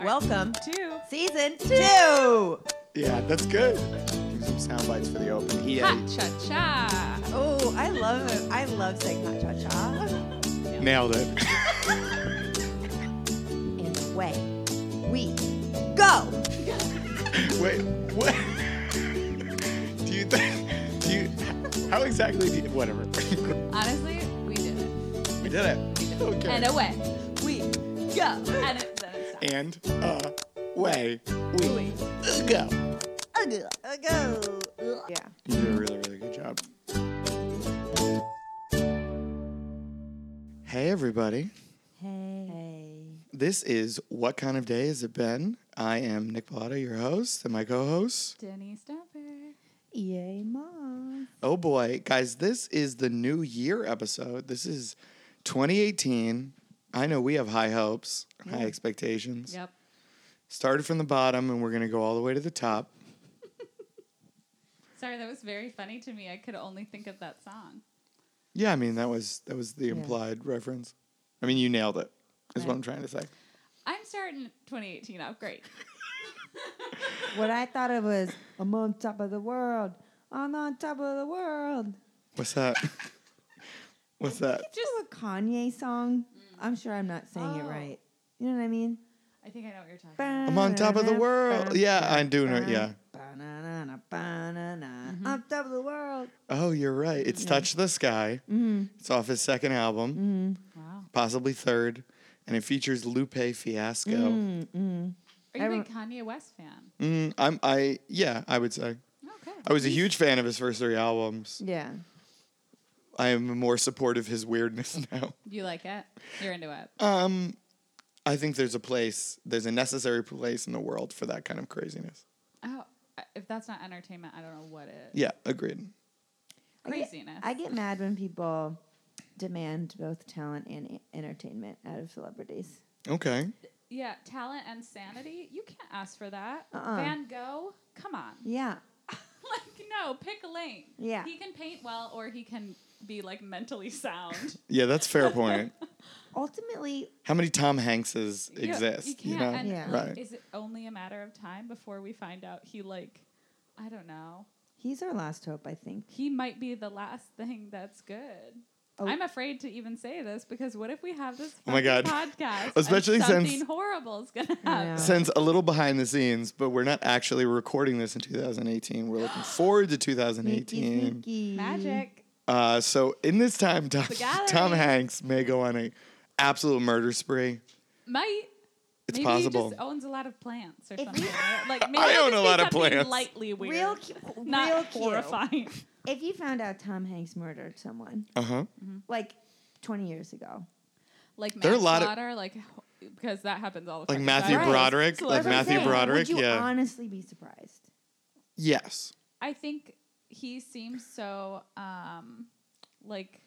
Welcome Two. season two. Yeah, that's good. Give some sound bites for the open. He Ha uh, cha cha. Oh, I love it. I love saying hot cha cha. nailed it. And away we go. Wait, what? do you think? Do you? How exactly do you? Whatever. Honestly, we did it. we did it. We did it. Okay. And away we go. And it, then it stopped. And uh, way we go. Go. Go. Yeah. You did a really, really good job. Hey, everybody. Hey. This is What Kind of Day Has It Been? I am Nick Pallotta, your host, and my co host. Denny Stamper. Yay, mom. Oh boy, guys, this is the new year episode. This is 2018. I know we have high hopes, high expectations. Yep. Started from the bottom, and we're going to go all the way to the top. Sorry, that was very funny to me. I could only think of that song. Yeah, I mean, that was that was the implied reference. I mean, you nailed it, is what Right. I'm trying to say. I'm starting 2018 off great. What I thought it was, I'm on top of the world. I'm on top of the world. What's that? What's that? Just a Kanye song. Mm. I'm sure I'm not saying it Oh. right. You know what I mean? I think I know what you're talking about. I'm I'm on top of the world. Yeah, I do know. Yeah. On top of the world. Oh, you're right. It's Touch the Sky. Mm-hmm. It's off his second album, Mm. Wow. possibly third, and it features Lupe Fiasco. Mm. Mm-hmm. Are you a I big Kanye West fan? Mm, I'm I yeah, I would say. Oh, Okay. I was a huge fan of his first three albums. Yeah. I am more supportive of his weirdness now. You like it? You're into it. Um I think there's a place, there's a necessary place in the world for that kind of craziness. Oh, I- if that's not entertainment, I don't know what is. Yeah, agreed. I get- Craziness. I get mad when people demand both talent and e- entertainment out of celebrities. Okay. Yeah, talent and sanity. You can't ask for that. Uh-uh. Van Gogh, come on. Yeah. like, no, pick a lane. Yeah. He can paint well or he can be like mentally sound. Yeah, that's fair point. Ultimately, How many Tom Hankses You- exist? You can't. and, Yeah. like, Right. Is it only a matter of time before we find out he, like, I don't know. he's our last hope, I think. He might be the last thing that's good. Oh. I'm afraid to even say this because what if we have this Oh my fucking God. podcast? Especially and since- something horrible is gonna I happen. Since a little behind the scenes, but we're not actually recording this in 2018. We're looking forward to Sneaky, 2018. sneaky. Magic. Uh, so in this time, Tom, The gallery. Tom Hanks may go on a absolute murder spree. Might It's maybe possible. He just owns a lot of plants or If something. you- right? like maybe I he'll own just a be lot of something plants. Lightly weird, Real cute. not real cute. horrifying. If you found out Tom Hanks murdered someone, uh huh. like 20 years ago. Like There are a lot of- manslaughter, like h- because that happens all the Like fucking Matthew time. Right. Broderick. So like that's what I'm Matthew saying. Broderick. Would you Yeah. honestly be surprised? yes. I think he seems so um, like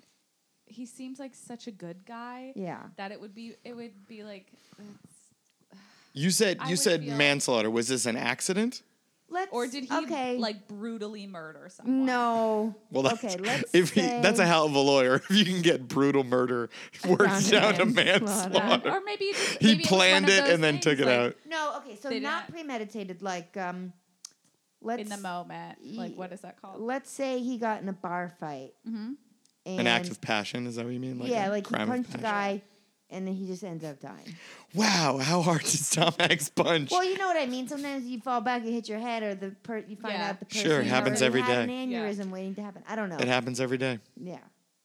he seems like such a good guy Yeah. that it would be it would be like it's- You said I you would said feel- manslaughter. Was this an accident? Let's. or did he Okay. like brutally murder someone? No. Well, that's, okay. Let's. if he, say that's a hell of a lawyer. If you can get brutal murder worked Down down to to manslaughter. Um, manslaughter, or maybe it just, he maybe was one planned of it those and then took things, it like, out. No. Okay. So They not didn't- premeditated. Like um, let's in the moment. Like Ye- what is that called? let's say he got in a bar fight. Mhm. And An act of passion. Is that what you mean? yeah, a like he crime of punched a passion? guy, and then he just ends up dying. Wow, how hard does Tom Hanks punch? Well, you know what I mean. Sometimes you fall back, you hit your head, or the per- you find Yeah. out the person Sure, it happens already every had day. an Yeah. aneurysm waiting to happen. I don't know. it happens every day. Yeah.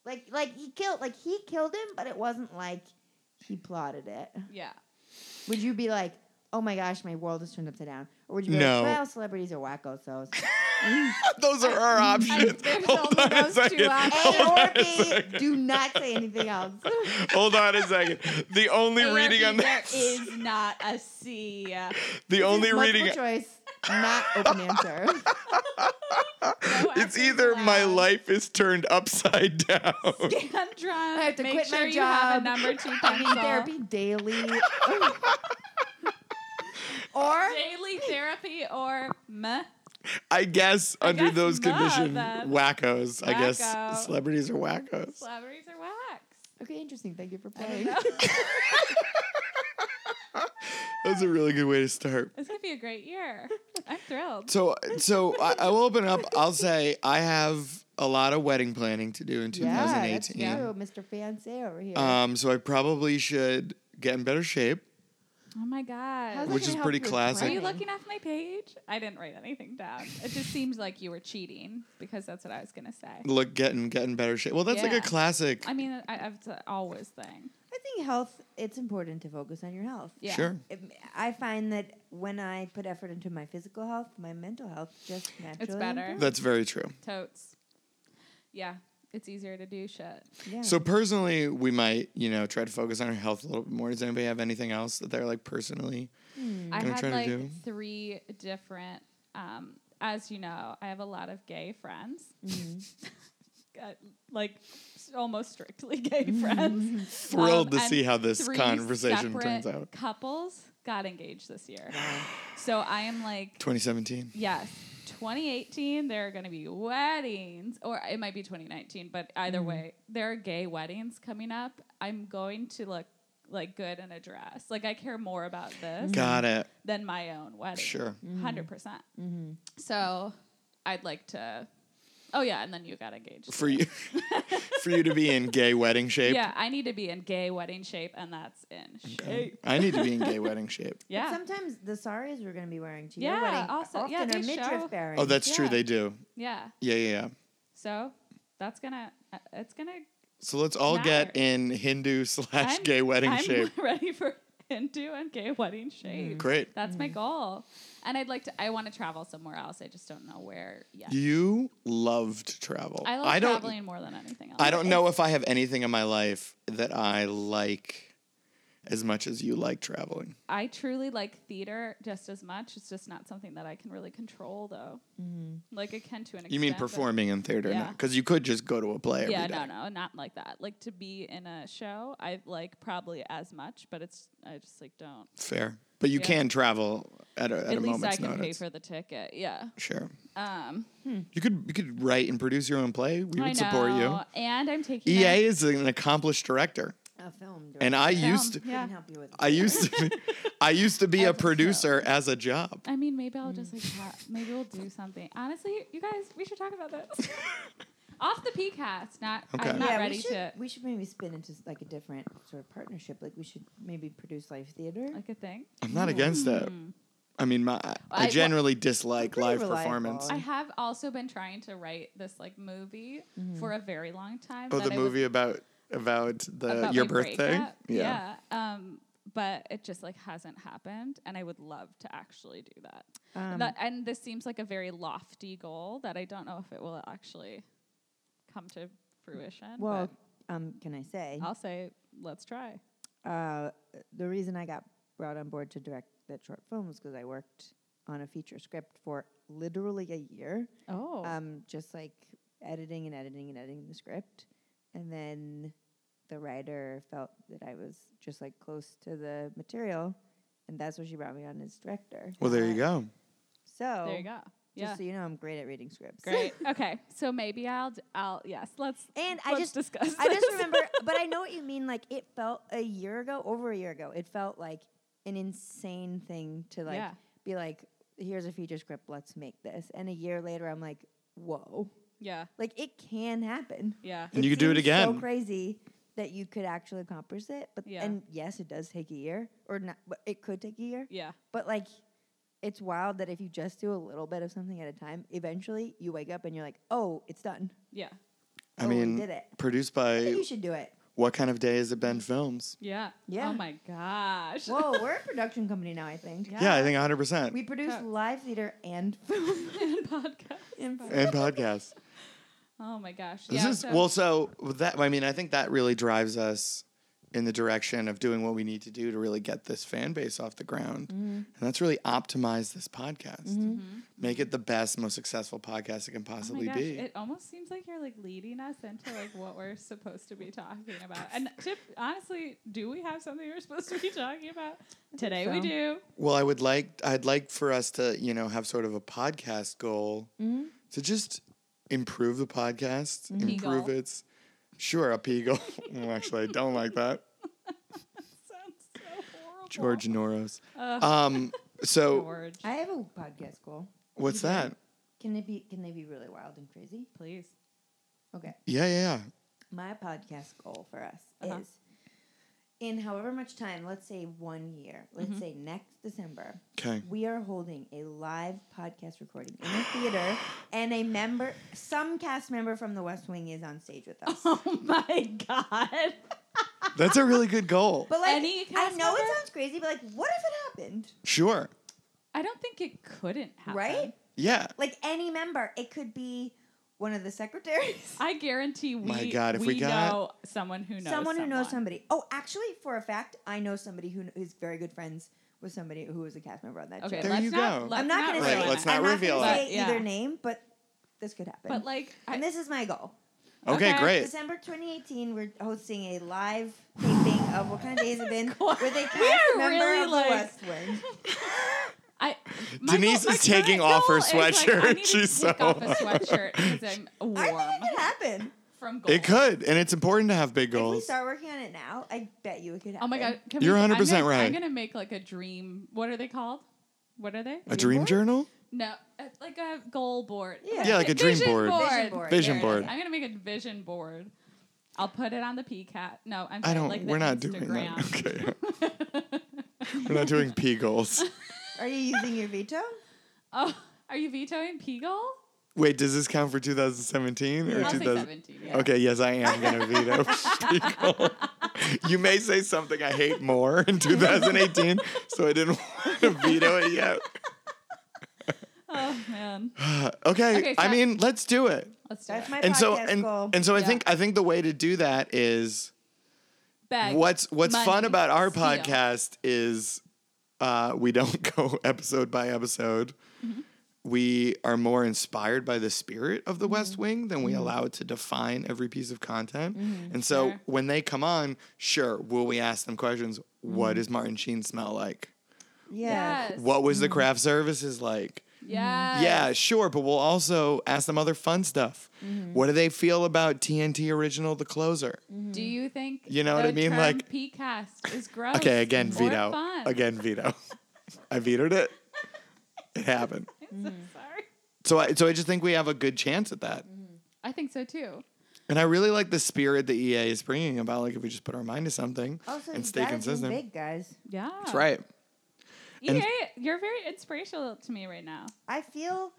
Like like he killed like he killed him, but it wasn't like he plotted it. Yeah. Would you be like, oh my gosh, my world is turned upside down? Or would you be No. like, well, celebrities are wacko so Those are our I, options. there's Hold only on a those two second. options. Oh, A or B, do not say anything else. Hold on a second. The only reading on there that, is not a C. No the only Multiple reading, choice, not open answer. it's actions either my allowed. life is turned upside down. Scandron. I have to Make quit sure my you job. have a number two I need pencil. therapy daily. or Daily therapy or meh. I guess I under guess those not, conditions, then. wackos. I Wacko. guess celebrities are wackos. Celebrities are wax. Okay, interesting. Thank you for I don't playing. know. That's a really good way to start. It's gonna be a great year. I'm thrilled. So, so I, I will open up. I'll say I have a lot of wedding planning to do in Yeah, that's 2018. true, Mr. Fancy over here. Um, so I probably should get in better shape. Oh my god. How's that which gonna is help pretty with classic. Are Are you planning? looking off my page? I didn't write anything down. It just seems like you were cheating because that's what I was gonna say. Look, getting getting better shape. Well, that's Yeah. like a classic. I mean, I, I- it's an always thing. I think health. It's important to focus on your health. Yeah. Sure. It, I find that when I put effort into my physical health, my mental health just naturally better. improves. That's very true. Totes. Yeah, it's easier to do shit. Yeah. So personally, we might, you know, try to focus on our health a little bit more. Does anybody have anything else that they're like personally? Hmm. I Gonna had try to like do. three different. Um, as you know, I have a lot of gay friends, Mm-hmm. Got, uh, like s- almost strictly gay friends. Thrilled to Um, and see how this three conversation turns separate out. Couples got engaged this year, so I am like 2017. Yes. 2018, there are going to be weddings, or it might be 2019, but either way, there are gay weddings coming up. I'm going to look like good in a dress. Like I care more about this Got it. than my own wedding. Sure. 100%. percent Mm-hmm. So I'd like to. Oh, yeah. And then you got engaged. For you, for you to be in gay wedding shape. Yeah. I need to be in gay wedding shape, and that's in shape. I need to be in gay wedding shape. But Yeah. Sometimes the saris we're going to be wearing to Yeah, your wedding also- often yeah, are they midriff show- bearing. Oh, that's true. Yeah. They do. Yeah. Yeah, yeah, yeah. So that's going to. It's going to So let's all get Matter. in Hindu slash I'm- gay wedding I'm shape. Mm, ready for Hindu and gay wedding shape. Great. That's my goal. And I'd like to, I want to travel somewhere else. I just don't know where yet. You love to travel. I love I don't, traveling more than anything else. I don't know if I have anything in my life that I like as much as you like traveling. I truly like theater just as much. It's just not something that I can really control, though. Like, I can to an extent. You mean but- performing in theater? Yeah. Because you could just go to a play every Yeah, day. no, no, not like that. Like, to be in a show, I like probably as much, but it's, I just like don't. Fair. But you Yeah. can travel at a, at a At least I moment's can pay notice. for the ticket. Yeah. sure. Um, You could you could write and produce your own play. We would I know. support you. And I'm taking. EA out- is an accomplished director. a film. And director. I Film, used to, Couldn't Yeah. help you with I used to be, I used to be As a a job. producer as a job. I mean, maybe I'll just like Mm. talk, maybe we'll do something. Honestly, you guys, we should talk about this. Off the PCAST, not Okay. I'm not yeah, ready we should, to we should maybe spin into s- like a different sort of partnership. Like we should maybe produce live theater. like a thing. I'm not against that. I mean, my I Hmm. I- generally dislike Pretty live reliable. performance. Oh, I have also been trying to write this like movie Mm-hmm. for a very long time. Oh, that the I was- movie about about the about your my birthday. breakup. Yeah. Um, but it just like hasn't happened, and I would love to actually do that. Um, That- and this seems like a very lofty goal that I don't know if it will actually come to fruition. well, um, can I say but I'll say let's try. uh, the reason I got brought on board to direct that short film was because I worked on a feature script for literally a year. Oh, um, just like editing and editing and editing the script. And then the writer felt that I was just like close to the material. And that's where she brought me on as director. Well, there you Uh, go. So, there you go. just Yeah. so you know, I'm great at reading scripts. Great. okay. So maybe I'll d- I'll yes, let's And I let's just discuss. I just this. remember, but I know what you mean. Like it felt a year ago, over a year ago, it felt like an insane thing to like Yeah. be like, here's a feature script, let's make this. And a year later, I'm like, whoa, Yeah. like it can happen. Yeah. And you could do it seems again. So crazy that you could actually accomplish it. But Yeah. and yes, it does take a year, or not. But it could take a year. Yeah. But like, it's wild that if you just do a little bit of something at a time, eventually you wake up and you're like, oh, it's done. Yeah. I oh, we mean, did it. produced I think by you should do it. what kind of day has it been? Films. Yeah. Yeah. Oh my gosh. Whoa, we're a production company now. I think Yeah. Yeah, I think 100 percent we produce Yeah. live theater and film. And podcast. and and podcasts. Oh my gosh. This yeah. is so- well, so that I mean, I think that really drives us in the direction of doing what we need to do to really get this fan base off the ground, Mm-hmm. and that's really optimize this podcast, make it the best, most successful podcast it can Oh my possibly gosh, be. it almost seems like you're like leading us into like what we're supposed to be talking about. And Tip, honestly, do we have something we're supposed to be talking about today? We so. do. Well, I would like I'd like for us to you know have sort of a podcast goal Mm-hmm. to just improve the podcast, Pea goal. improve its sure a pea goal. well, actually, I don't like that. Sounds so horrible. George Noros. Ugh. Um, so George, I have a podcast goal. what's that? Can it be? Can they be really wild and crazy? please. Okay. Yeah, yeah, My podcast goal for us Uh-huh. is in however much time, let's say one year, let's say next December, yeah. Okay. we are holding a live podcast recording in a theater, and a member, some cast member from The West Wing is on stage with us. Oh my god. That's a really good goal. But like, Any I cast know member? it sounds crazy, but like, what if it happened? Sure. I don't think it couldn't happen. Right? Yeah. Like any member, it could be one of the secretaries, I guarantee we My God, if we got- know someone who knows someone who knows someone. somebody. Oh, actually, for a fact, I know somebody who kn- is very good friends with somebody who was a cast member on that Okay, show. There let's you not, go. Let's I'm not not gonna Right, say, ruin let's it. not I'm not reveal gonna it. say But, yeah. either name, but this could happen. But like, I, and this is my goal. Okay, Okay. great. December 2018, we're hosting a live taping of what kind of days have been quite- with a cast We are member really, of like- the West Wing. I my Denise goal- my is taking current off her goal is, like, I sweatshirt. need She's to take so- off a sweatshirt because I'm I warm think it could happen. from gold. It could, and it's important to have big If we goals. start working on it now, I bet you it could happen. Oh my god! Can You're we, 100% I'm gonna, right. I'm gonna make like a dream. What are they called? What are they? A dream board? journal? No, uh, like a goal board. Yeah. Yeah, like a dream vision board. Vision board. There it is. Vision board. I'm gonna make a vision board. I'll put it on the PCAT. No, I'm. I sorry, don't. Like the we're not doing that. Instagram. Okay. we're not doing P goals. Are you using your veto? Oh, are you vetoing P goal? Wait, does this count for 2017 or I'll say 2000? 17. yeah. Okay, yes, I am gonna veto P goal. You may say something I hate more in 2018, so I didn't want to veto it yet. Oh man, okay, Okay, I so- mean, let's do it. let's do That's it. my And podcast so and, goal. and so I Yeah. think I think the way to do that is Beg, what's what's fun money, about our steal. podcast is uh, we don't go episode by episode. Mm-hmm. We are more inspired by the spirit of the Mm-hmm. West Wing than we allow it to define every piece of content. And so Mm-hmm. Sure. when they come on, sure, will we ask them questions? What does Martin Sheen smell yeah. like? Mm-hmm. Yes. Mm-hmm. Uh, What was the craft services like? Yes. Yeah, sure, but we'll also ask them other fun stuff. Mm-hmm. What do they feel about TNT original The Closer? Do you think Mm. You know what the I mean? term Like- PCAST is Oh, gross? Okay, again, or veto. Fun? Again, veto. I vetoed it. It happened. I'm so sorry. So I so I just think we have a good chance at that. Mm-hmm. I think so too. And I really like the spirit the EA is bringing about like if we just put our mind to something Also, and Oh, you stay gotta dream consistent. big, guys. Yeah. That's right. And- EA, E you're very inspirational to me right now. I feel,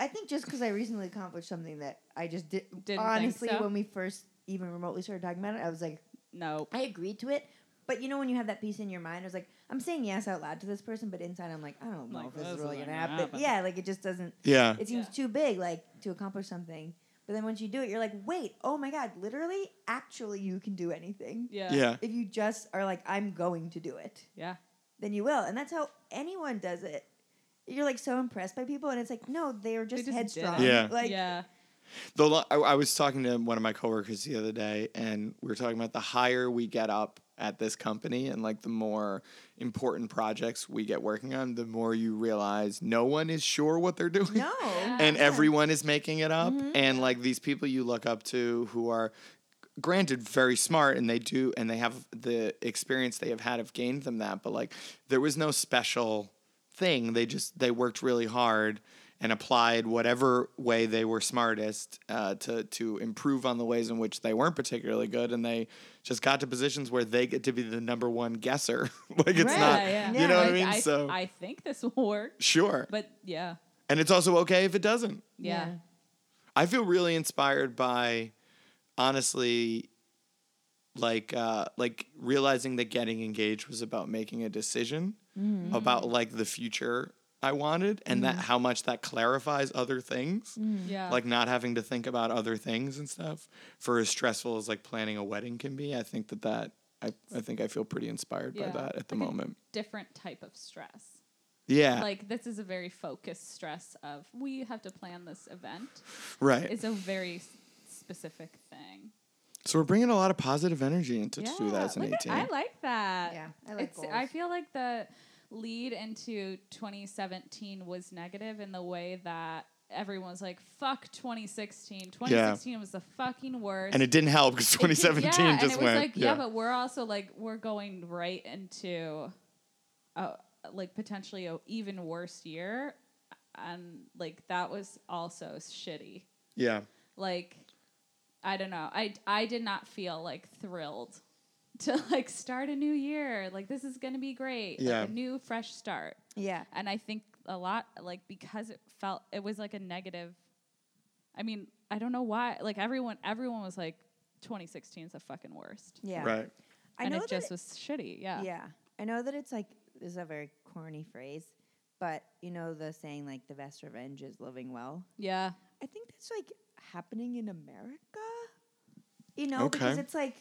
I think just because I recently accomplished something that I just did, Didn't think honestly, so? when we first even remotely started talking about it, I was like, Nope. I agreed to it. But you know when you have that piece in your mind, I was like, I'm saying yes out loud to this person, but inside I'm like, I don't know Like, if this this is really isn't gonna gonna happen. happen. Yeah, like it just doesn't. Yeah. It seems Yeah. too big, like to accomplish something. But then once you do it, you're like, wait, oh my god, literally, actually, you can do anything. Yeah. Yeah. If you just are like, I'm going to do it, Yeah. then you will, and that's how anyone does it. You're like so impressed by people, and it's like, no, they are just, just did headstrong. it. Yeah. Like, yeah. The lo- I, I was talking to one of my coworkers the other day, and we were talking about the higher we get up at this company, and like the more important projects we get working on, the more you realize no one is sure what they're doing. no. and Oh, Yeah. Mm-hmm. everyone is making it up and like these people you look up to who are granted very smart and they do and they have the experience they have had have gained them that but like there was no special thing they just they worked really hard and applied whatever way they were smartest uh, to to improve on the ways in which they weren't particularly good and they just got to positions where they get to be the number one guesser like it's Right. not Yeah, you know what i Like, mean I, so I think this will work, sure but yeah. and it's also okay if it doesn't Yeah. Yeah. I feel really inspired by honestly like uh like realizing that getting engaged was about making a decision Mm. about like the future I wanted and that how much that clarifies other things. Mm. Yeah. Mm. Like not having to think about other things and stuff for as stressful as like planning a wedding can be. I think that that I, I think I feel pretty inspired by Yeah. that at the Like a moment. different type of stress. Yeah. Like this is a very focused stress of we have to plan this event. right. It's a very s- specific thing. so we're bringing a lot of positive energy into 2018. Look at, I like that. Yeah, I like it's, I goals. feel like the lead into 2017 was negative in the way that everyone was like, fuck 2016. 2016 was the fucking worst. and it didn't help because It did- 2017 yeah, just and it was went. like, yeah. but we're also like, we're going right into a, like potentially a even worse year, and like that was also shitty. Yeah. Like, I don't know. I I did not feel like thrilled to like start a new year. Like this is gonna be great. Yeah. Like a new fresh start. Yeah. And I think a lot like because it felt it was like a negative. I mean, I don't know why. Like everyone, everyone was like, 2016 is the fucking worst. Yeah. Right. I and know it that just was shitty. Yeah. Yeah. I know that it's like, this is a very corny phrase, but you know the saying, like, the best revenge is living well? Yeah. I think that's like happening in America, you know, because Okay. it's like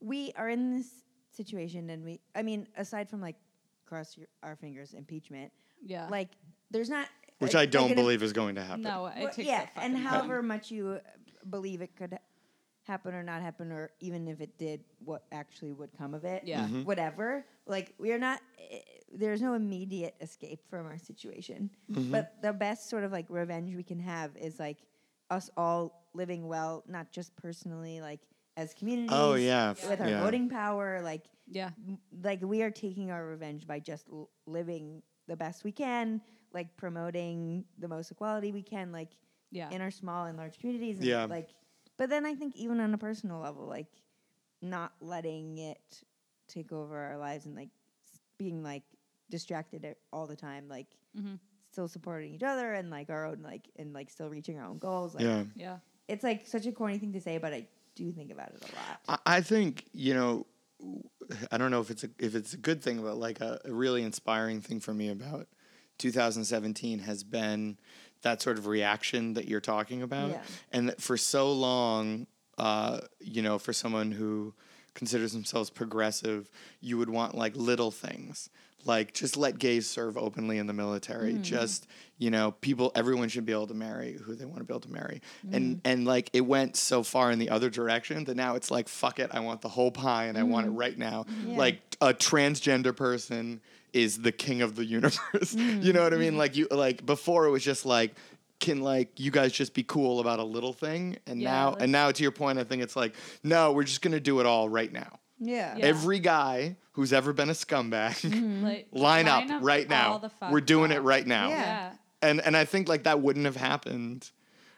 we are in this situation and we, I mean, aside from like cross your, our fingers impeachment, Yeah. like, there's not. Which a- I like don't an- believe is going to happen. no, Well, it takes yeah, a and fucking however time. much you uh, believe it could happen or not happen, or even if it did, what actually would come of it? Yeah. Mm-hmm. Mhm. whatever. Like we are not. eh, There's no immediate escape from our situation, Mm-hmm. but the best sort of like revenge we can have is like us all living well, not just personally, like as communities. Oh yeah. f- with our yeah. voting power, like Yeah. m- like we are taking our revenge by just l- living the best we can, like promoting the most equality we can, like Yeah. in our small and large communities. And Yeah. Like, but then I think even on a personal level, like not letting it take over our lives and like s- being like distracted a- all the time, like Mm-hmm. Mhm. still supporting each other and like our own like and like still reaching our own goals. Like, Yeah. yeah. It's like such a corny thing to say, but I do think about it a lot. I, I think you know. I don't know if it's a, if it's a good thing, but like a, a really inspiring thing for me about 2017 has been that sort of reaction that you're talking about, Yeah. and that for so long, uh, you know, for someone who considers themselves progressive, you would want like little things, like just let gays serve openly in the military, just you know, people, everyone should be able to marry who they want to be able to marry, and and like it went so far in the other direction that now it's like fuck it, I want the whole pie and I want it right now, Yeah. like a transgender person is the king of the universe. you know what I Mm-hmm. mean? Like you like before it was just like can like you guys just be cool about a little thing and Yeah, now let's- and now to your point I think it's like no, we're just going to do it all right now. Yeah. Yeah. Every guy who's ever been a scumbag Like, line, up, right all now. the fuck We're doing it up. right now. Mm-hmm. Yeah. Yeah. And and I think like that wouldn't have happened.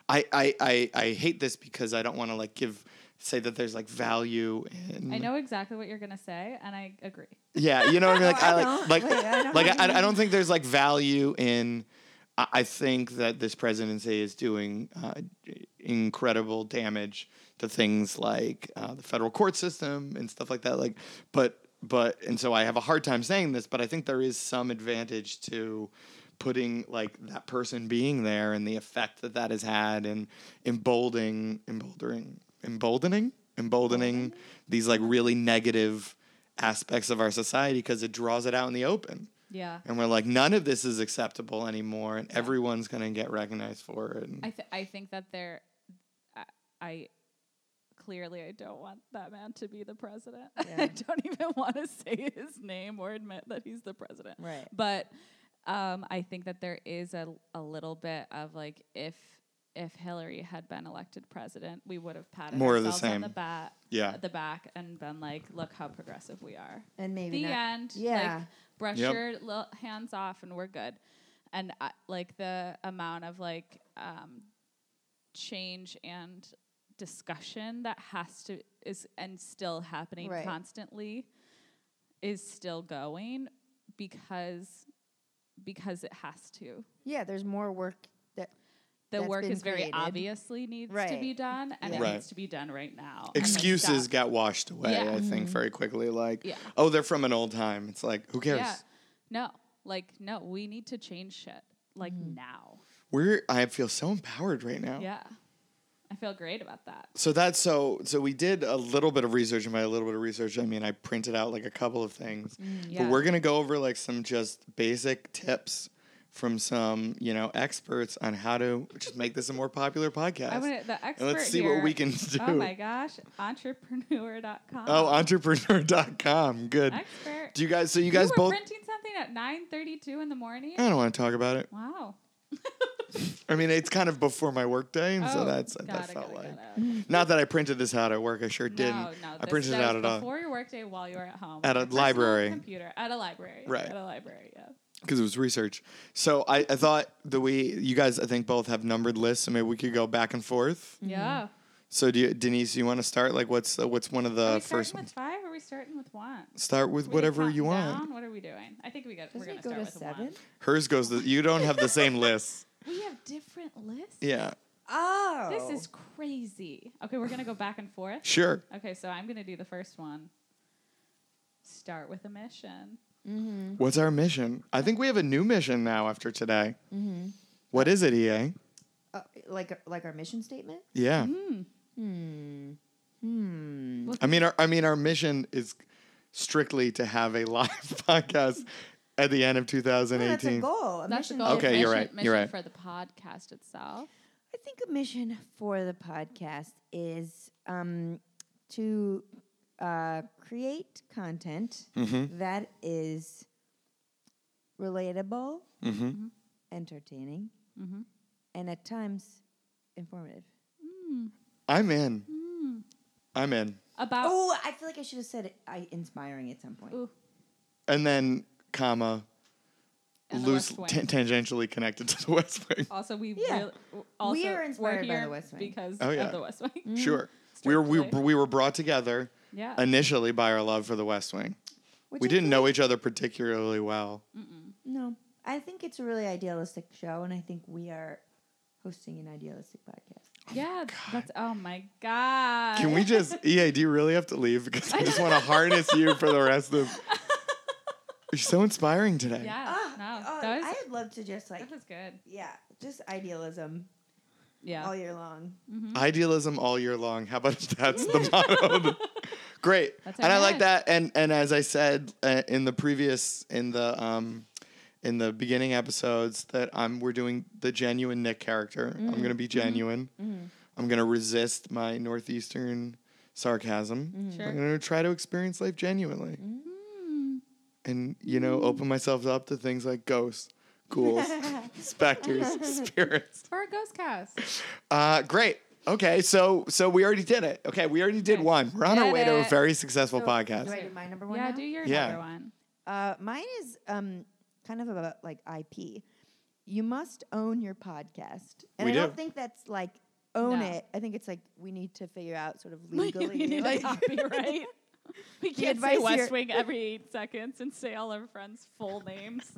I I I, I hate this because I don't want to like give say that there's like value in I know exactly what you're gonna say, and I agree. Yeah, you know what I mean? Like I, don't. like like Wait, I don't like know. I, I don't think there's like value in. I I think that this presidency is doing uh, incredible damage to things like uh, the federal court system and stuff like that. Like, but but and so I have a hard time saying this, but I think there is some advantage to putting like that person being there and the effect that that has had and emboldening emboldening emboldening emboldening these like really negative aspects of our society because it draws it out in the open Yeah. and we're like none of this is acceptable anymore and everyone's going to get recognized for it and I th- I think that there, I, I clearly I don't want that man to be the president. Yeah. I don't even want to say his name or admit that he's the president. Right. But um, I think that there is a a little bit of like if if Hillary had been elected president, we would have patted More of the ourselves on the same. back, Yeah. the back, and been like, look how progressive we are And maybe the uh, not. end. Yeah. Like, brush Yep. your li- hands off and we're good. And uh, like the amount of like um, change and discussion that has to is and still happening Right. constantly is still going because because it has to. Yeah, there's more work that The That's work been is very created. obviously needs to Right. be done and Yeah. it Right. needs to be done right now. And, like, excuses stop. got washed away Yeah. Mm-hmm. i think very quickly like Yeah. oh they're from an old time it's like who cares Yeah. No. Like no, we need to change shit like Mm-hmm. now. we're i feel so empowered right now Yeah. I feel great about that. So that's so so we did a little bit of research and by a little bit of research I mean I printed out like a couple of things. Mm, yeah. But we're going to go over like some just basic tips from some, you know, experts on how to just make this a more popular podcast. I want the expert and let's see here, what we can do. Oh my gosh, entrepreneur.com. Oh, entrepreneur.com. Good. expert. Do you guys so you guys were both Mm. printing something at 9:32 in the morning? I don't want to talk about it. Wow. I mean, it's kind of before my work day, and so Oh, that's that gotta, felt gotta, like. gotta. Not that I printed this out at work. I sure didn't. No, no. I this- printed it that was out at all Before your workday while you were at home. At on a your personal library. Computer. At a library. Right. At a library, yeah. because it was research. So I, I thought that we, you guys, I think both have numbered lists, so maybe we could go back and forth. Mm-hmm. Yeah. So do you, Denise, you want to start? Like, what's uh, what's one of Are the we first starting ones? with five or are we starting with one? Start with We whatever counting you want. Down? What are we doing? I think we got, we're Doesn't going it go start to with seven? one. Hers goes. The, you don't have the same list. We have different lists? Yeah, Oh, This is crazy. Okay, we're going to go back and forth. sure. Okay, so I'm going to do the first one. Start with a mission. Mm-hmm. What's our mission? I think we have a new mission now after today. What is it, EA? Uh, like like our mission statement. Yeah. Mm. Hmm. Hmm. I mean, our, I mean, our mission is strictly to have a live podcast at the end of No, Oh, that's a 2018. goal. A That's the mission goal. Okay, mission, you're right, Mission you're right. for the podcast itself. I think a mission for the podcast is um, to uh, create content Mhm. that is relatable, mm-hmm. entertaining, Mm-hmm. and at times informative. I'm in. I'm in. About Oh, I feel like I should have said I inspiring at some point. Uh, Ooh. And then, comma, And the loose, West Wing. Oh, tan- tangentially connected to the West Wing. Also, we Yeah. really, also are we're inspired by the here West Wing. Mm. because Oh, yeah. of the West Wing. Sure. We were, we, hmm. Strictly. we were brought together Yeah. initially by our love for the West Wing. Which we I didn't feel- know each other particularly well. No, I think it's a really idealistic show, and I think we are hosting an idealistic podcast. yeah. That's oh my god. Can we just, EA, do you really have to leave? Because I just want to harness you for the rest of. You're so inspiring today. Yeah. Ah, no. oh, that was I would love to just like that was good. yeah, just idealism Yeah. all year long. Mm-hmm. Idealism all year long. How about if that's the motto? Great. That's our and I like mission. that. And and as I said uh, in the previous in the um in the beginning episodes that I'm we're doing the genuine Nick character. I'm Mm. going to be Mm-hmm. genuine. I'm going to resist my northeastern sarcasm. I'm Mm-hmm. Sure. Mm-hmm. going to try to experience life genuinely. And you know, open myself up to things like ghosts, ghouls, specters, spirits. For a ghost cast. Uh, great. Okay, so so we already did it. Okay, we already did Okay. one. We're on our Did way to a it. very successful So, Do podcast. I do my number one? Yeah. now? Do your Yeah. another one. Uh, mine is um, kind of about like IP. You must own your podcast, and We I do. don't think that's like own No. it. I think it's like we need to figure out sort of We legally, need like a copyright. We can't advice say here- West Wing every eight seconds and say all our friends' full names.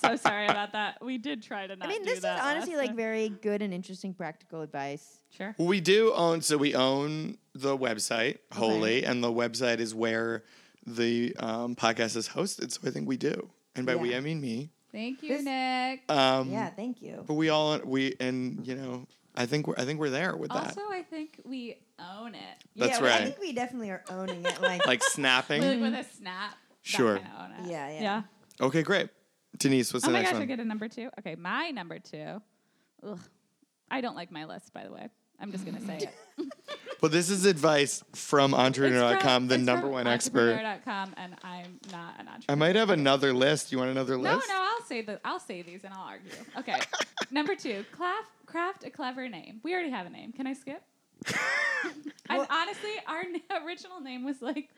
so sorry about that. We did try to not. I mean, do this is that last honestly like time. very good and interesting practical advice. sure. We do own so we own the website wholly, and the website is where the um, podcast is hosted. So I think we do, and by we Yeah. I mean me. Thank you, This- Nick. Um, yeah, thank you. But we all we and you know I think we're I think we're there with that. Also, I think we own it. That's yeah, we- right. I think we definitely are owning it. Like, like snapping. Like with a snap. that Sure. kinda own it. Yeah, yeah. Okay, great. Denise, what's Oh the my next gosh, I one? get a number two. Okay, my number two. Ugh. I don't like my list, by the way. I'm just gonna say it. Well, this is advice from It's from- entrepreneur.com, the it's number from one expert. entrepreneur.com, and I'm not an entrepreneur. I might have another list. You want another No, list? no, I'll say the I'll say these and I'll argue. Okay. Number two, claf, craft a clever name. We already have a name. Can I skip? and Well- honestly, our n- original name was like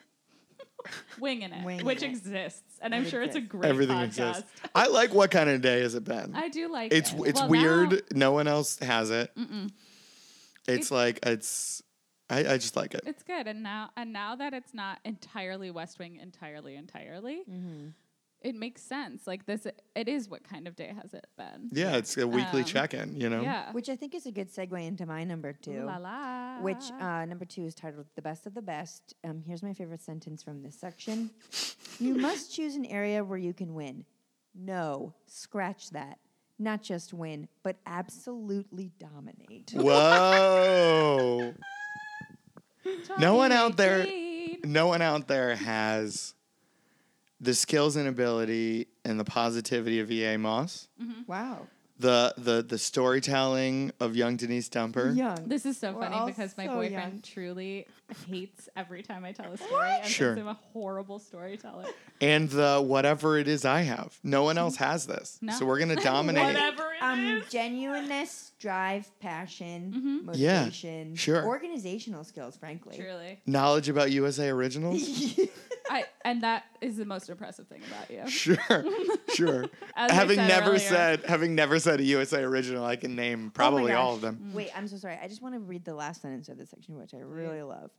Winging It, Wingin' which It. exists, and I'm It sure it's a exists. great Everything podcast. exists. I like what kind of day has it been? I do like it's it. it's Well, now- weird. no one else has it. Mm-mm. It's like it's. I, I just like it. it's good, and now and now that it's not entirely West Wing, entirely, entirely, Mm-hmm. it makes sense. Like this, it is what kind of day has it been? Yeah, it's a weekly Um, check-in. You know. Yeah. Which I think is a good segue into my number two. La la. Which Ah. uh, number two is titled "The Best of the Best." Um, here's my favorite sentence from this section: You must choose an area where you can win. No, scratch that. Not just win, but absolutely dominate. Hmm. Whoa! no one out there- 2018. no one out there has Mm. the skills and ability and the positivity of EA E Moss. Wow. the the the storytelling of young Denise Dumper. Young. This is so We're all funny because my so boyfriend young. truly hates every time I tell a story and Sure. thinks I'm a horrible storyteller. And the whatever it is I have. No one else has this. No. So we're gonna dominate. it. Whatever it um, is. genuineness, drive, passion, Mhm. Yeah, motivation, sure. organizational skills, frankly. Truly. Knowledge about USA originals? I and that is the most impressive thing about you. Sure. Sure. As I having said never earlier. Oh said having never said a USA original, I can name probably all of gosh. them. Wait, I'm so sorry. I just want to read the last sentence of this section, which I really love.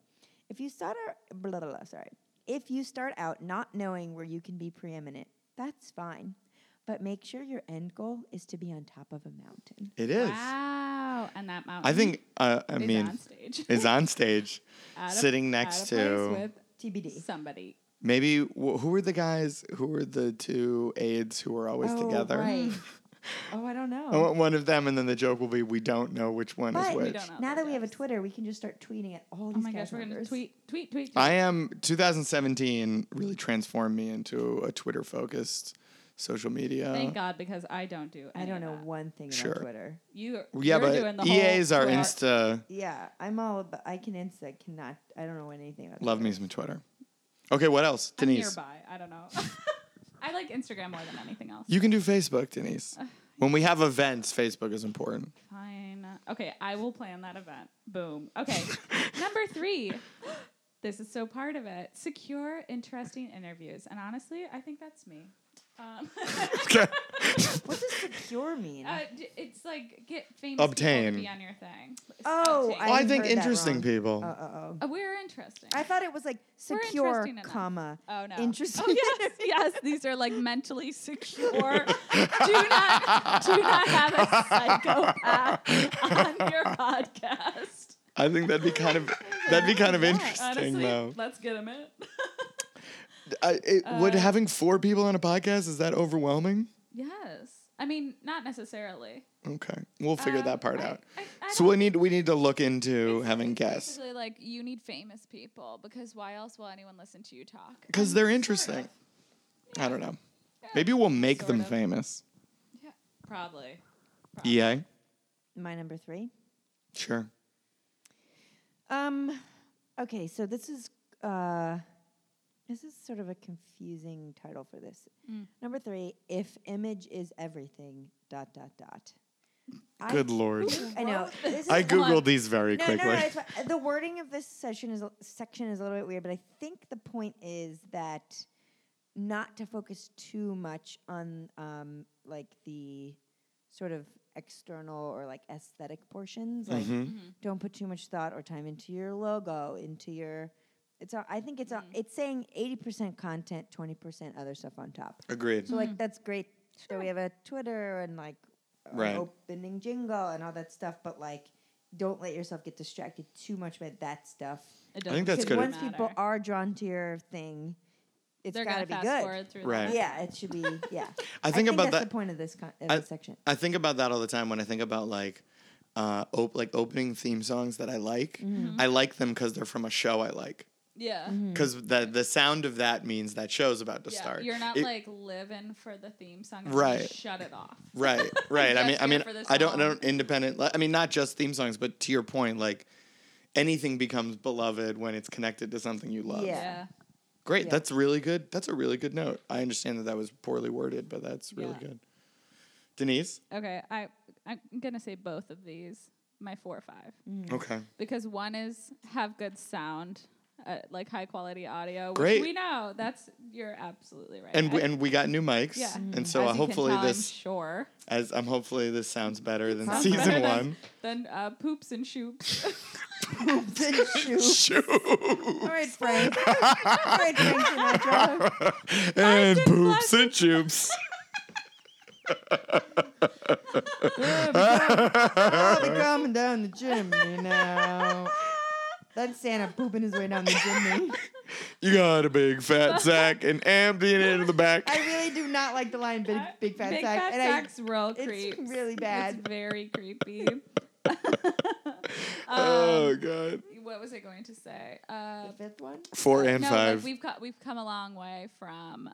If you start out, blah, blah, blah, sorry. If you start out not knowing where you can be preeminent, that's fine. But make sure your end goal is to be on top of a mountain. It is. Wow. And that mountain. I think uh, I is mean on stage. is on stage At a- sitting at a next place to TBD. with somebody. Oh Maybe wh- who were the guys? Who were the two aides who were always Oh, together? right. oh, I don't know. I want one of them, and then the joke will be we don't know which one but is which. don't know now their that we have a jobs. Twitter, we can just start tweeting at all these Oh my cast gosh, we're gonna members. tweet, tweet, tweet. I am 2017 really transformed me into a Twitter focused social media. Thank God because I don't do. I any don't of know that. one thing Sure. about Twitter. You. Yeah, you're doing the but EAs whole are Twitter. Insta. Yeah, I'm all about, I can insta, cannot, I don't know anything about Love me some Twitter. Okay, what else, I'm Denise? nearby. I don't know. I like Instagram more than anything else. You can do Facebook, Denise. Uh. When we have events, Facebook is important. Fine. Okay, I will plan that event. Boom. Okay. Number three. This is so part of it. Secure, interesting interviews. And honestly, I think that's me. Um, Okay. What does secure mean? uh, d- it's like get famous people Obtain. to be on your thing. Oh, Obtain. I well, I heard think that interesting wrong. people. oh, oh, oh. Uh, we're interesting. I thought it was like We're secure, interesting enough. comma. Oh no! Interesting. Oh, yes, yes. These are like mentally secure. do not, do not have a psychopath on your podcast. I think that'd be kind of that'd be kind of interesting Honestly, though. let's get him in. I, it, would Uh, having four people on a podcast is that overwhelming? Yes. I mean, not necessarily. Okay, we'll figure Um, that part I- out. I- I so don't- we need we need to look into having it's guests Basically, like you need famous people because why else will anyone listen to you talk? because And they're sort interesting. of, I don't know. yeah, Maybe we'll make Sort them of. famous. yeah, probably. probably. Yeah, My number three. sure. Um, okay, so this is uh, this is sort of a confusing title for this. Mm. Number three. If image is everything. Dot dot dot. I- Good lord. I know. This I is googled these very No, no, quickly. no, it's fi- the wording of this session is a- section is a little bit weird, but I think the point is that not to focus too much on um, like the sort of external or like aesthetic portions. Like, Mhm. don't put too much thought or time into your logo, into your. It's. a- I think it's. a- it's saying eighty percent content, twenty percent other stuff on top. Agreed. So Mm-hmm. like that's great that we have a Twitter and like an Right. opening jingle and all that stuff, but like don't let yourself get distracted too much by that stuff. It I think doesn't that's Because good. really once people matter. are drawn to your thing, it's they're got gonna to be fast good. forward through Right. that. Yeah, it should be. Yeah, I think about that's that- The point of this, con- of I- this section. I think about that all the time when I think about like uh op- like opening theme songs that I like. Mm-hmm. I like them because they're from a show I like. Yeah. Mm. Because the the sound of that means that show's about to Yeah, start. You're not It- like living for the theme song. and Right. Shut it off. right, right. I mean, Just I here mean, for this I don't, I song. don't independent. I mean, not just theme songs, but to your point, like anything becomes beloved when it's connected to something you love. Yeah. Great. Yeah. That's really good. That's a really good note. I understand that that was poorly worded, but that's really Yeah. good. Denise. Okay. I I'm gonna say both of these. My four or five. Okay. because one is have good sound, uh, like high quality audio. Which Great. we know that's you're absolutely right. And we, I- and we got new mics. Yeah. Mm-hmm. Mm-hmm. And so uh, as you can hopefully tell, I'm this sure as I'm hopefully this sounds better than Sounds season better than- one. then uh, poops and shoops. Then shoot. All Shoot. right, Frank. All right, Frank Sinatra. and just poops and choops. I'll be coming down the chimney now. That's Santa pooping his way down the chimney. You got a big fat sack and emptying it into the back. I really do not like the line "big, big fat Big sack," fat and sack's real it's creepy. really bad. It's very creepy. Um, oh god. what was I going to say? I Uh, the fifth one. Four and no, like, five. we've co- we've come a long way from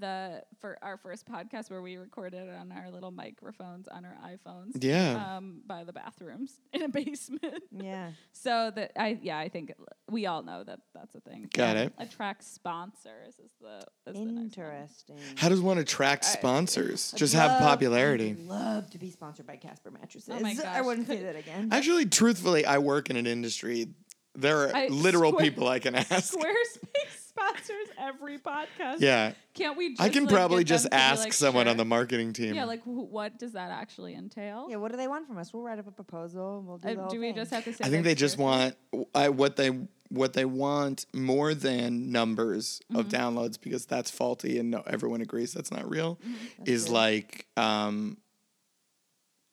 the for our first podcast where we recorded on our little microphones on our iPhones. Yeah. Um, by the bathrooms in a basement. Yeah. So that I yeah I think we all know that that's a thing. Got Yeah. it. Attract sponsors is the is the next one. Interesting. How does one attract I- sponsors? I'd Just have love- popularity. I'd love to be sponsored by Casper mattresses. Oh my I gosh, wouldn't say could- that again. Actually, truthfully, I work in an industry. There are I- literal Square- people I can ask. Squarespace sponsors every podcast. Yeah, Can't we? Just, I can like, probably get them just to be ask like, someone on sure. the marketing team. Yeah, like wh- what does that actually entail? yeah, what do they want from us? We'll write up a proposal and we'll do Uh, the whole do we thing. just have to say? I think like, they just sure? want I, what they what they want more than numbers of Mm-hmm. downloads because that's faulty and no, everyone agrees that's not real. Mm-hmm. is true. like um,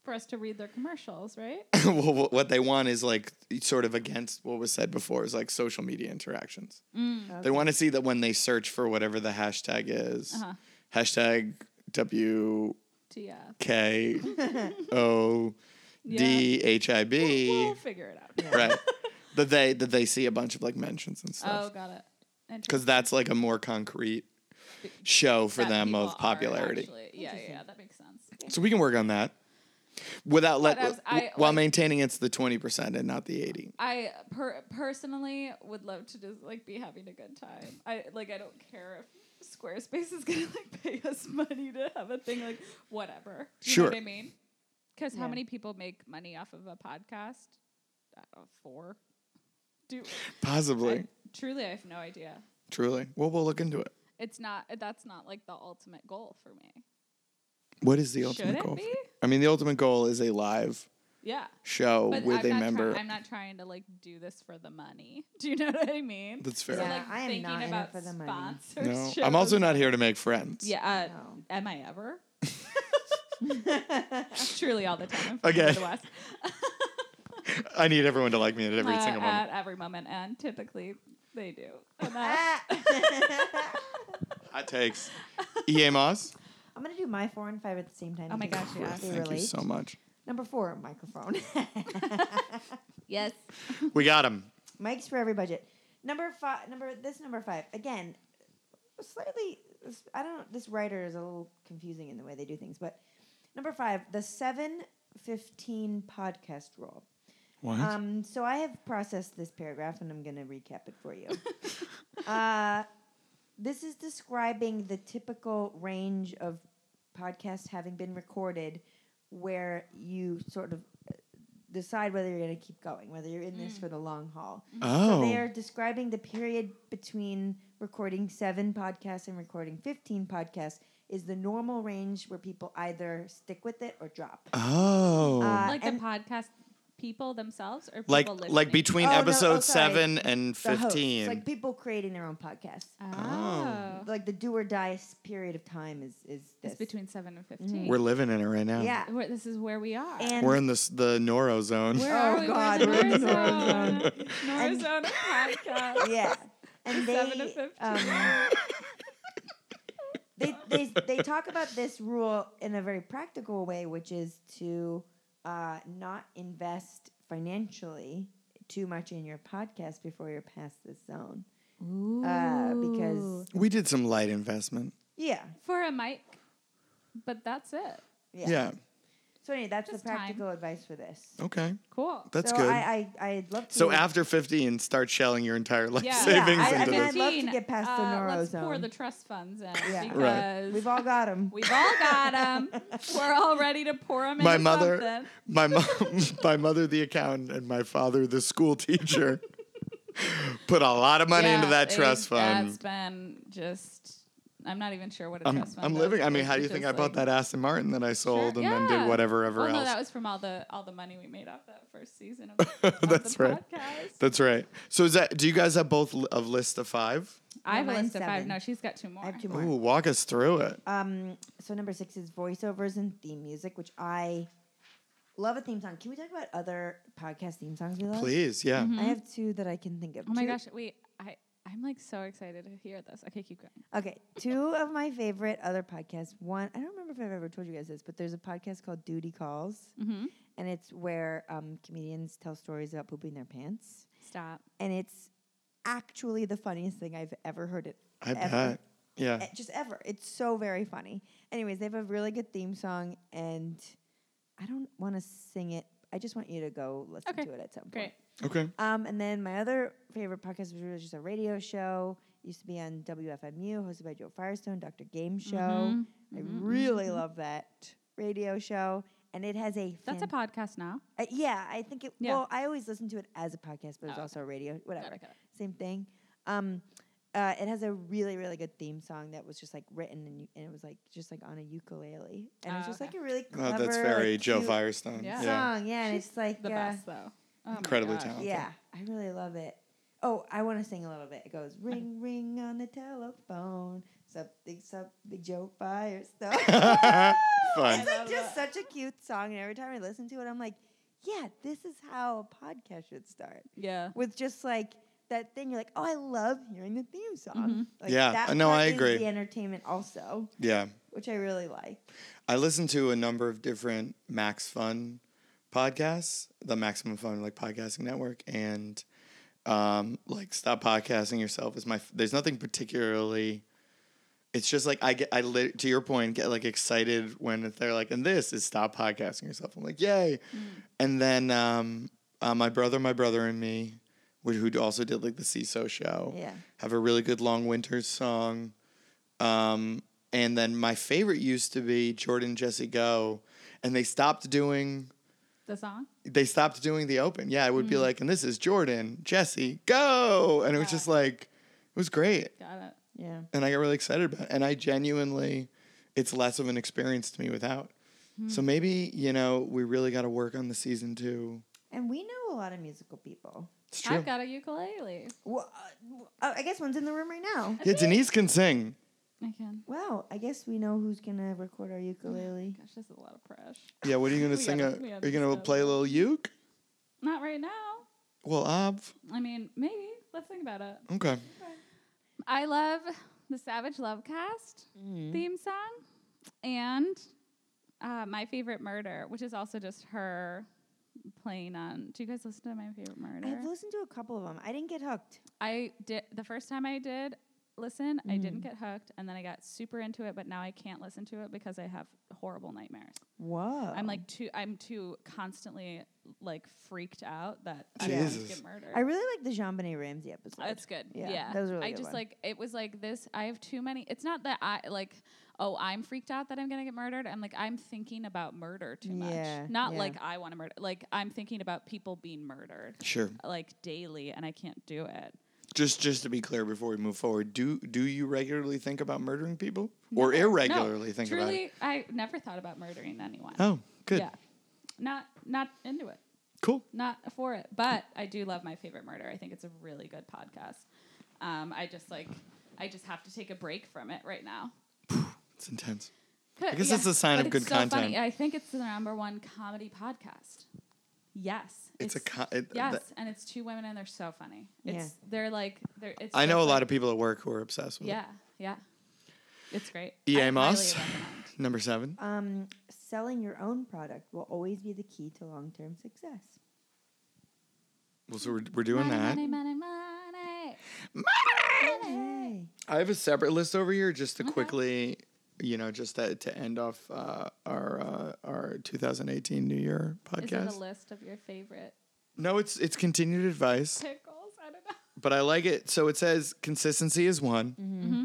for us to read their commercials, right? well, wh- what they want is like sort of against what was said before is like social media interactions. They Mm. Okay. want to see that when they search for whatever the hashtag is, Uh-huh. hashtag W TF. K O D H I B. We'll figure it out. Right. That they that they see a bunch of like mentions and Oh, stuff. got it. Because Interesting. that's like a more concrete Th- show for That them people of are popularity. actually- Yeah, yeah, Interesting. yeah, that makes sense. So we can work on that. Without let But I was- I, while like- maintaining it's the twenty percent and not the eighty. I per- personally would love to just like be having a good time. I like I don't care if Squarespace is gonna like pay us money to have a thing like whatever. You know Sure. what I mean? Because Yeah. how many people make money off of a podcast? I don't know, four. Do Possibly. I, truly, I have no idea. Truly. Well we'll look into it. It's not. That's not like the ultimate goal for me. What is the ultimate Should it goal? be? I mean the ultimate goal is a live Yeah. show But with I'm, a not try- member. I'm not trying to like do this for the money. Do you know what I mean? That's fair. So, Yeah, like, I am thinking not in it about for the money. no. sponsorships. I'm also not here to make friends. Yeah. Uh, No. Am I ever? Truly, all the time. I'm Okay. From the West. I need everyone to like me at every Uh, single moment. at every moment, and typically they do. And that- Ah. Hot takes. EA Moss. I'm gonna do my four and five at the same time. Oh my because gosh, yes. they Thank relate. you so much. Number four, microphone. yes. We got him. Mics for every budget. Number five. Number this number five again. Slightly, I don't. know, This writer is a little confusing in the way they do things, but number five, the seven fifteen podcast rule. What? Um, so I have processed this paragraph and I'm going to recap it for you. uh, this is describing the typical range of podcasts having been recorded where you sort of uh, decide whether you're going to keep going, whether you're in this for the long haul. So they are oh. describing the period between recording seven podcasts and recording 15 podcasts is the normal range where people either stick with it or drop. Oh. Uh, like the and- podcast people themselves, or people like listening? like between Oh, no, oh, episode sorry. 7 and The hosts, 15. like people creating their own podcasts. Oh. like the do or die s- period of time is is this. It's between seven and 15 We're living in it right now. yeah. Where- this is where we are. And We're in this the Noro zone. Where Oh, are we? God, We're in we're in the Nora Nora Zone. Nora Zone podcast. yeah, and Seven to they 15. um, they they they talk about this rule in a very practical way, which is to uh, not invest financially too much in your podcast before you're past this zone. Uh, because we did some light investment. yeah, for a mic, but that's it. yeah. Yeah. So anyway, that's Just the time. practical advice for this. Okay. Cool. That's so good. I, I I'd love to. so hear- after 15 start shelling your entire life Hmm. Yeah. savings Yeah, I- I into mean, this. I'd love to get past the uh, Nora let's pour Zone. the trust funds in Yeah. Right. because we've all got them. we've all got them. We're all ready to pour them. my mother my mom my mother the accountant and my father the school teacher put a lot of money into that trust That's fund been just. I'm not even sure what a I'm, trust fund. I'm is. living i mean how do you It's think i just bought like- that aston martin that i sold Sure, and then yeah. did whatever ever Well, else no, that was from all the all the money we made off that first season of, the- of That's the right. podcast. that's right so is that do you guys have both li- of list of five I have a mine's list of five. seven. No, she's got two more. I have two more. Ooh, walk us through it Um, so number six is voiceovers and theme music, which I love a theme song. Can we talk about other podcast theme songs we love? please yeah Mm-hmm. I have two that I can think of. Oh my Two- gosh! Wait, I I'm like so excited to hear this. Okay, keep going. Okay, two of my favorite other podcasts. One, I don't remember if I've ever told you guys this, but there's a podcast called Duty Calls, Mhm. and it's where um, comedians tell stories about pooping their pants, Stop. and it's actually the funniest thing I've ever heard it i ever bet Yeah. eh, just ever. It's so very funny. Anyways, they have a really good theme song, and I don't want to sing it. I just want you to go listen Okay. to it at some Great. point. Okay. Um, and then my other favorite podcast was really just a radio show. It used to be on WFMU, hosted by Joe Firestone, Dr. Game Show. Mhm. I Mhm, really love that radio show. And it has a That's a fan- podcast now. uh, yeah. I think it. Yeah. Well, I always listen to it as a podcast, but it's Oh, also a radio. Whatever, Got it, got it. same thing. Um, uh, it has a really really good theme song that was just like written and, you, and it was like just like on a ukulele, and it's Oh, just okay. like a really Oh, clever. that's very like, Joe cute Firestone. Yeah. Song, yeah, and She's it's like The uh, best though. Oh my Incredibly gosh. talented. yeah, I really love it. Oh, I want to sing a little bit. It goes ring, ring on the telephone. Something, something, Joe Firestone. Fun. It's like love just such a cute song, and every time I listen to it, I'm like, yeah, this is how a podcast should start. Yeah. With just like that thing, you're like, oh, I love hearing the theme song. Mhm. Like, Yeah, uh, that no, part I is agree. The entertainment also, Yeah. which I really like. I listen to a number of different Max Fun podcasts, the Maximum Fun like podcasting network, and um, like Stop Podcasting Yourself is my. f- There's nothing particularly. It's just like I get I lit, to your point get like excited when they're like and this is Stop Podcasting Yourself. I'm like yay, and then um, uh, my brother, my brother and me, which, who also did like the CISO show, Yeah. have a really good Long Winter song. Um, and then my favorite used to be Jordan Jesse Go, and they stopped doing The song. they stopped doing the open. Yeah, it would be like, and this is Jordan Jesse Go, and it was just like it was great, Got it. Yeah. and I got really excited about it. And I genuinely, it's less of an experience to me without. So maybe you know we really got to work on the season two. And we know a lot of musical people. It's true. I've got a ukulele. Well, uh, I guess one's in the room right now. yeah, Denise can sing. I can. Wow, I guess we know who's gonna record our ukulele. Gosh, this is a lot of pressure. Yeah, what are you gonna We sing? gotta- a, we gotta are you gonna stop. play a little uke? Not right now. Well, ob. I mean, maybe. Let's think about it. Okay. I love the Savage Lovecast Mm-hmm. theme song and uh, My Favorite Murder, which is also just her playing on. Do you guys listen to My Favorite Murder? I've listened to a couple of them. I didn't get hooked. I did the first time I did listen, I Mm. didn't get hooked, and then I got super into it, but now I can't listen to it because I have horrible nightmares. Whoa. I'm Oh. like too I'm too constantly like freaked out that I'm going to Jesus. get murdered. I really like the Jean Bonnet Ramsey episode. That's good. Yeah, Yeah. that was a really I good just one. like it was like this I have too many it's not that I like oh I'm freaked out that I'm going to get murdered. I'm like I'm thinking about murder too much. Yeah, not yeah. like I want to murder. Like I'm thinking about people being murdered Sure. like daily and I can't do it. Just just to be clear before we move forward, do do you regularly think about murdering people or irregularly no, think about truly, it? I never thought about murdering anyone. Oh, good. Yeah. Not not into it. Cool. Not for it. But I do love my favorite murder. I think it's a really good podcast. Um, I just like I just have to take a break from it right now. It's intense. But, guess that's a sign but of good it's so funny. content. I think it's the number one comedy podcast. Yes. It's, a co- it, Yes, th- and it's two women and they're so funny. Yeah. It's they're like they're it's I so know a fun- lot of people at work who are obsessed with it. Yeah, yeah. It's great. E. I Amos. highly recommend. Number seven. um, selling your own product will always be the key to long term success. Well, so we're, we're doing money, that. money, money, money. Yay. I have a separate list over here just to Okay. quickly, you know, just to, to end off uh, our uh, our 2018 New Year Is it podcast. a list of your favorite no, it's it's continued advice. pickles? I don't know. but I like it. So it says consistency is one. Mm-hmm.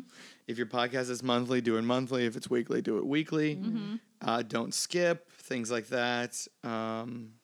If your podcast is monthly, do it monthly. If it's weekly, do it weekly. Mm-hmm. Uh, don't skip things like that. Um,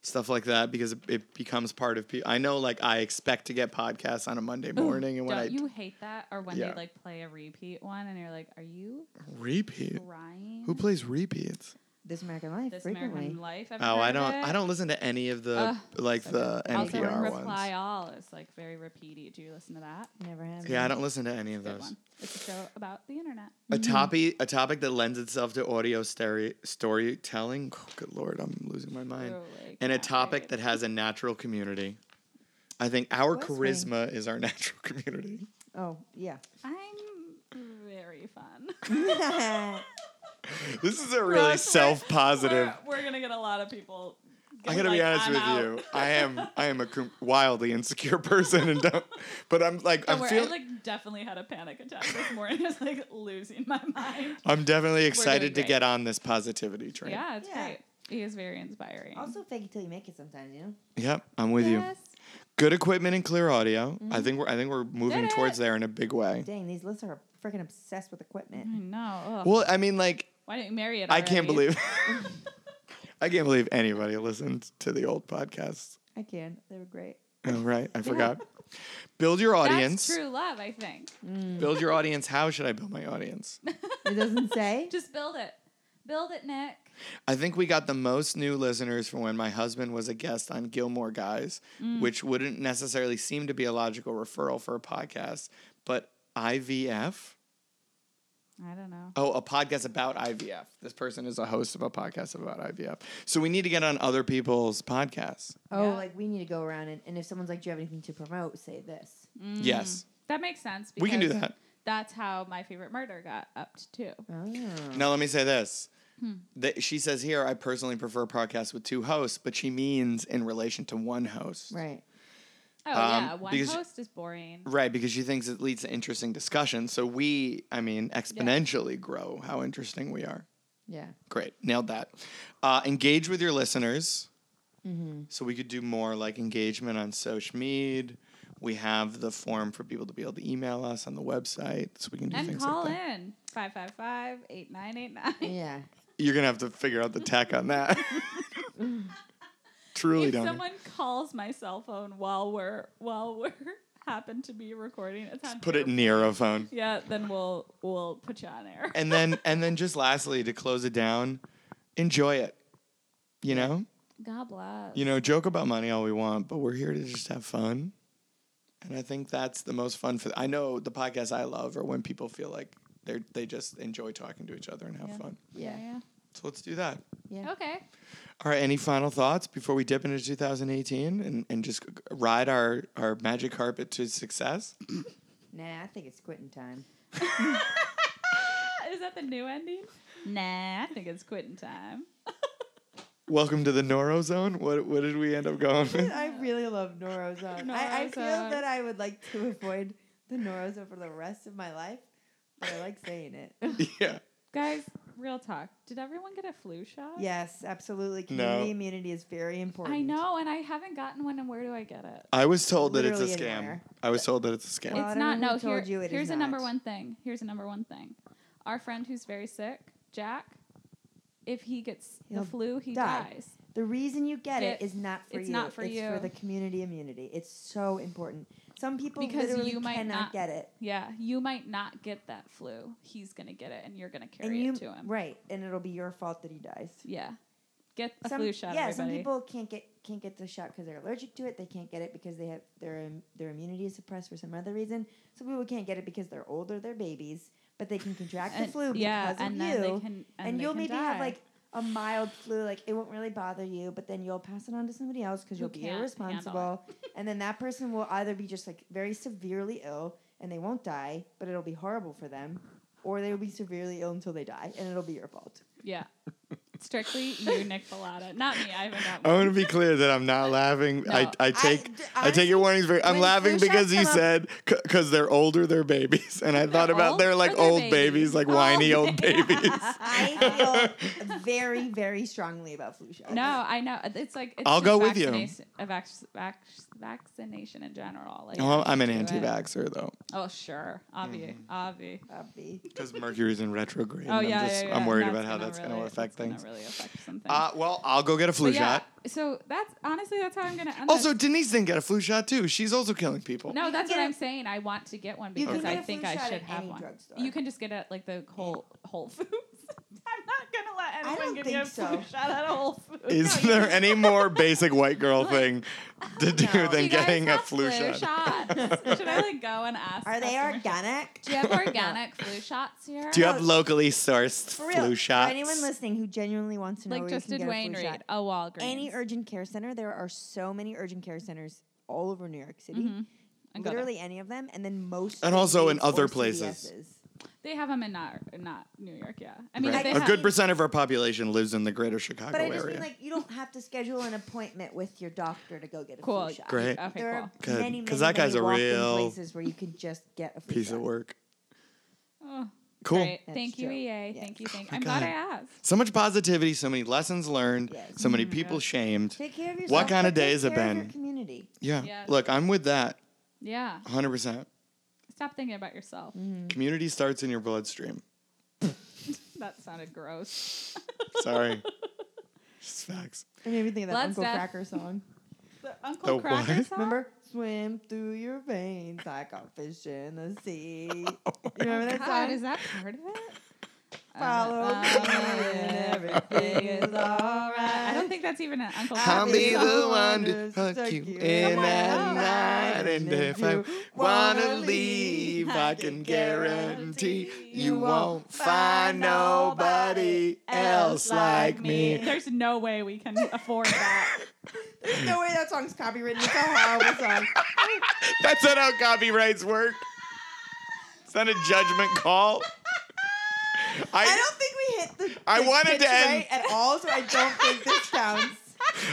stuff like that because it, it becomes part of. Pe- I know, like I expect to get podcasts on a Monday morning, and when don't I you hate that? Or when Yeah. they like play a repeat one and you're like, are you repeat. crying? Who plays repeats? This American Life this frequently. American Life? I've Oh, heard I of don't. it. I don't listen to any of the Ugh. like the Also, NPR Reply ones. All is like very repeaty. Do you listen to that? Never have. Yeah, I don't listen to any of Good those. one. It's a show about the internet. A topic, a topic that lends itself to audio steri- storytelling. Oh, good lord, I'm losing my mind. Totally And a cannot topic wait. that has a natural community. I think our Voice charisma is our natural community. Oh, yeah. I'm very fun. yeah. This is a really Ross, we're- self-positive. We're, we're gonna get a lot of people I gotta be like, honest I'm with out. you. I am I am a com- wildly insecure person and don't. But I'm like Don't I'm worry, feeling. I like definitely had a panic attack this morning. I was like losing my mind. I'm definitely excited to great. get on this positivity train. Yeah, it's Yeah. great. He is very inspiring. Also, fake it till you make it. Sometimes you know. Yep, I'm with you. Good equipment and clear audio. I think we're I think we're moving Did Mm-hmm. it. towards there in a big way. Dang, these lists are freaking obsessed with equipment. I know. ugh. Well, I mean, like Why didn't you marry it? I can't already? believe I can't believe anybody listened to the old podcasts. I can. They were great. Oh, right, I forgot. Build your audience. That's true love, I think. Build your audience. How should I build my audience? It doesn't say. Just build it. Build it, Nick. I think we got the most new listeners from when my husband was a guest on Gilmore Guys, Mm. which wouldn't necessarily seem to be a logical referral for a podcast, but IVF. I don't know. Oh, a podcast about IVF. This person is a host of a podcast about IVF. So we need to get on other people's podcasts. oh, Yeah. like we need to go around and, and if someone's like, "Do you have anything to promote?" Say this. Mm-hmm. Yes. Mm. That makes sense. We can do because that. That's how my favorite murder got upped too. Oh. Mm-hmm. Now, let me say this. Hmm. That she says here, I personally prefer podcasts with two hosts, but she means in relation to one host. Right. Oh Um, yeah, one because- host is boring. Right, because she thinks it leads to interesting discussion. So we, I mean, exponentially grow how interesting we are. Yeah. Great, nailed that. Uh, engage with your listeners. Mm-hmm. So we could do more like engagement on social media. We have the form for people to be able to email us on the website, so we can do And things call like that. in 555-8989. Yeah. You're gonna have to figure out the tech on that. Truly if don't. someone calls my cell phone while we're while we're happen to be recording, it's on Put it your- near a phone. Yeah, then we'll we'll put you on air. and then and then just lastly to close it down enjoy it you know God bless. you know joke about money all we want but we're here to just have fun and i think that's the most fun for i know the podcasts i love are when people feel like they're they just enjoy talking to each other and have Yeah. fun Yeah. so let's do that Yeah. Okay. all right any final thoughts before we dip into 2018 and, and just ride our our magic carpet to success Nah, I think it's quitting time. Is that the new ending? Nah, I think it's quitting time. welcome to the noro zone what what did we end up going with I really love Norozone. I, I feel Norozone. that I would like to avoid the Norozone for the rest of my life, but I like saying it. yeah Guys, real talk. Did everyone get a flu shot? yes, absolutely. No. Community immunity is very important. I know, and I haven't gotten one. And where do I get it? I was told that it's a Literally scam. anywhere. I was told that it's a scam. Well, I it's don't not. know No, who here, told you it is here's a number not. one thing. Here's a number one thing. Our friend who's very sick, Jack. If he gets He'll the flu, he die. dies. The reason you get it It- is not for it's you. not for it's you. for the community immunity. It's so important. Some people Because literally you might cannot not get it. Yeah, you might not get that flu. He's gonna get it, and you're gonna carry And you it to him. right, and it'll be your fault that he dies. Yeah, get a some, flu shot, yeah, some everybody. people can't get can't get the shot because they're allergic to it. They can't get it because they have their im- their immunity is suppressed for some other reason. Some people can't get it because they're older, they're babies, but they can contract and, the flu yeah, because and of then you. they can, and, and, they you'll can maybe have die. like a mild flu, like it won't really bother you, but then you'll pass it on to somebody else because Who you'll be can't irresponsible, and then that person will either be just like very severely ill and they won't die, but it'll be horrible for them, or they will be severely ill until they die, and it'll be your fault. yeah. Strictly you, Nick Pallotta, not me. I haven't got I one. want to be clear that I'm not laughing. I, No. I take d- I, take your warnings very. I'm when laughing flu shots because you come up- said because they're older, they're babies, and I thought They're about old they're or like they're old babies? babies, like whiny Oh, old babies. I feel very, very strongly about flu shots. No, I know. It's like it's I'll just go with you. vaccination- A vax, vax, vaccination in general. Like Oh, I'm an do it. anti-vaxxer though, Oh sure, obvi, obvi. Abby. because Mercury's in retrograde. Oh and yeah, I'm, just, yeah, yeah. I'm worried about That's how that's really, going to affect that's things. Gonna really affect something. Uh, well, I'll go get a flu But yeah, shot. So that's honestly that's how I'm gonna end. Also, this. Denise didn't get a flu shot too. She's also killing people. no, that's You what can I'm get saying. I want to get one You can because get I a think flu I shot should at have any one. drugstore. You can just get it at like the whole Whole Foods. I'm not gonna let I anyone don't give me a think flu so. shot at a Whole Foods. Is No, you there any more basic white girl thing to do know. than You guys getting a have flu, shot? shots. Should I like go and ask? Are they customers? organic? Oh, Do you have organic flu shots here? Do you No. have locally sourced For real. flu shots? For anyone listening who genuinely wants to know like where just you did can get a Wayne flu Reed, shot, a Walgreens, any urgent care center. There are so many urgent care centers all over New York City. Mhm. And go there. Literally any of them, and then most. And also in Walgreens or other places. CVS's. They have them in not not New York. Yeah, I mean Right. they a have, good percent of our population lives in the greater Chicago But I just area. mean like you don't have to schedule an appointment with your doctor to go get a Cool. flu shot. Great. Okay, there cool. are Good, many, 'cause many, that guy's many a walk-in real places where you can just get a flu Piece shot. of work. Oh, Cool. great. That's Thank you, true. EA. Yeah. Thank you. Thank. my I'm glad God. I asked. So much positivity, so many lessons learned, Yes. so many Mhm, people yeah. shamed. Take care of yourself. kind of but day take has it care of your been? community. Yeah. Yes. Look, I'm with that Yeah. 100%. Stop thinking about yourself. Community starts in your bloodstream. That sounded gross. Sorry. Just facts. It made me think of that Blood Uncle stuff. Cracker song. The Uncle The Cracker what? song? Remember? Swim through your veins like a fish in the sea. You remember that Oh God, song? is that part of it? Follow Uh, me and everything is alright. I don't think that's even an Uncle I'll Cracker be song. the one to fuck you in at night. And if I wanna leave, I can guarantee you won't find nobody else like me. There's no way we can afford that. There's no way that song's copywritten. It's a horrible song. That's not how copyrights work. It's not a judgment call. I I, don't think we hit the. I the wanted pitch to end- right at all, so I don't think this counts.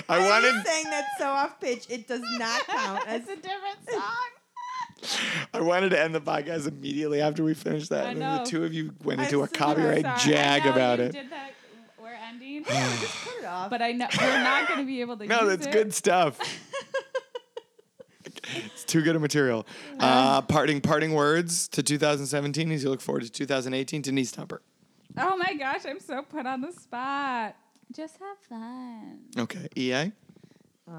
I I'm just wanted saying that's so off pitch. It does not count. as- it's a different song. I wanted to end the podcast immediately after we finished that. I And then know. the two of you went I'm into a so copyright sorry. jag I know about you it. Did that. We're ending, Just put it off. but I know we're not going to be able to. No, use that's it. good stuff. it's too good a material. Uh, parting parting words to 2017 as you look forward to 2018 to knee stumper. Oh my gosh, I'm so put on the spot. Just have fun. Okay. E EA uh,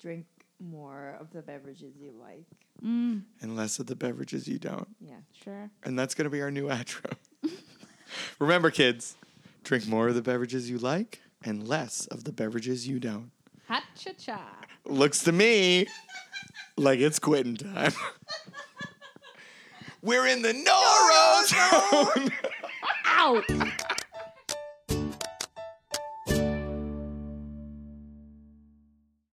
drink more of the beverages you like. Mm, and less of the beverages you don't. Yeah. sure. And that's going to be our new outro. Remember kids, drink more of the beverages you like and less of the beverages you don't. Hot cha cha. looks to me like it's quitting time. We're in the no zone. Out.